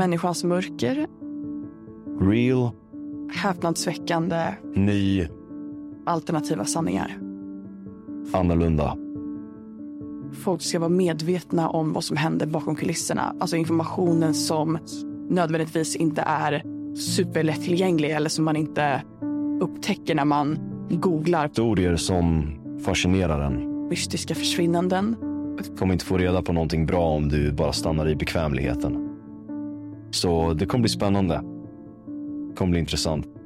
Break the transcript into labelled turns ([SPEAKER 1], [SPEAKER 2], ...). [SPEAKER 1] människans mörker,
[SPEAKER 2] Real,
[SPEAKER 1] häpnadsväckande
[SPEAKER 2] ny,
[SPEAKER 1] alternativa sanningar.
[SPEAKER 2] annorlunda.
[SPEAKER 1] Folk ska vara medvetna om vad som händer bakom kulisserna. Alltså informationen som nödvändigtvis inte är superlättillgänglig eller som man inte upptäcker när man googlar
[SPEAKER 2] Historier som fascinerar en.
[SPEAKER 1] mystiska försvinnanden.
[SPEAKER 2] Kommer inte få reda på någonting bra om du bara stannar i bekvämligheten. Så det kommer bli spännande. Det kommer bli intressant.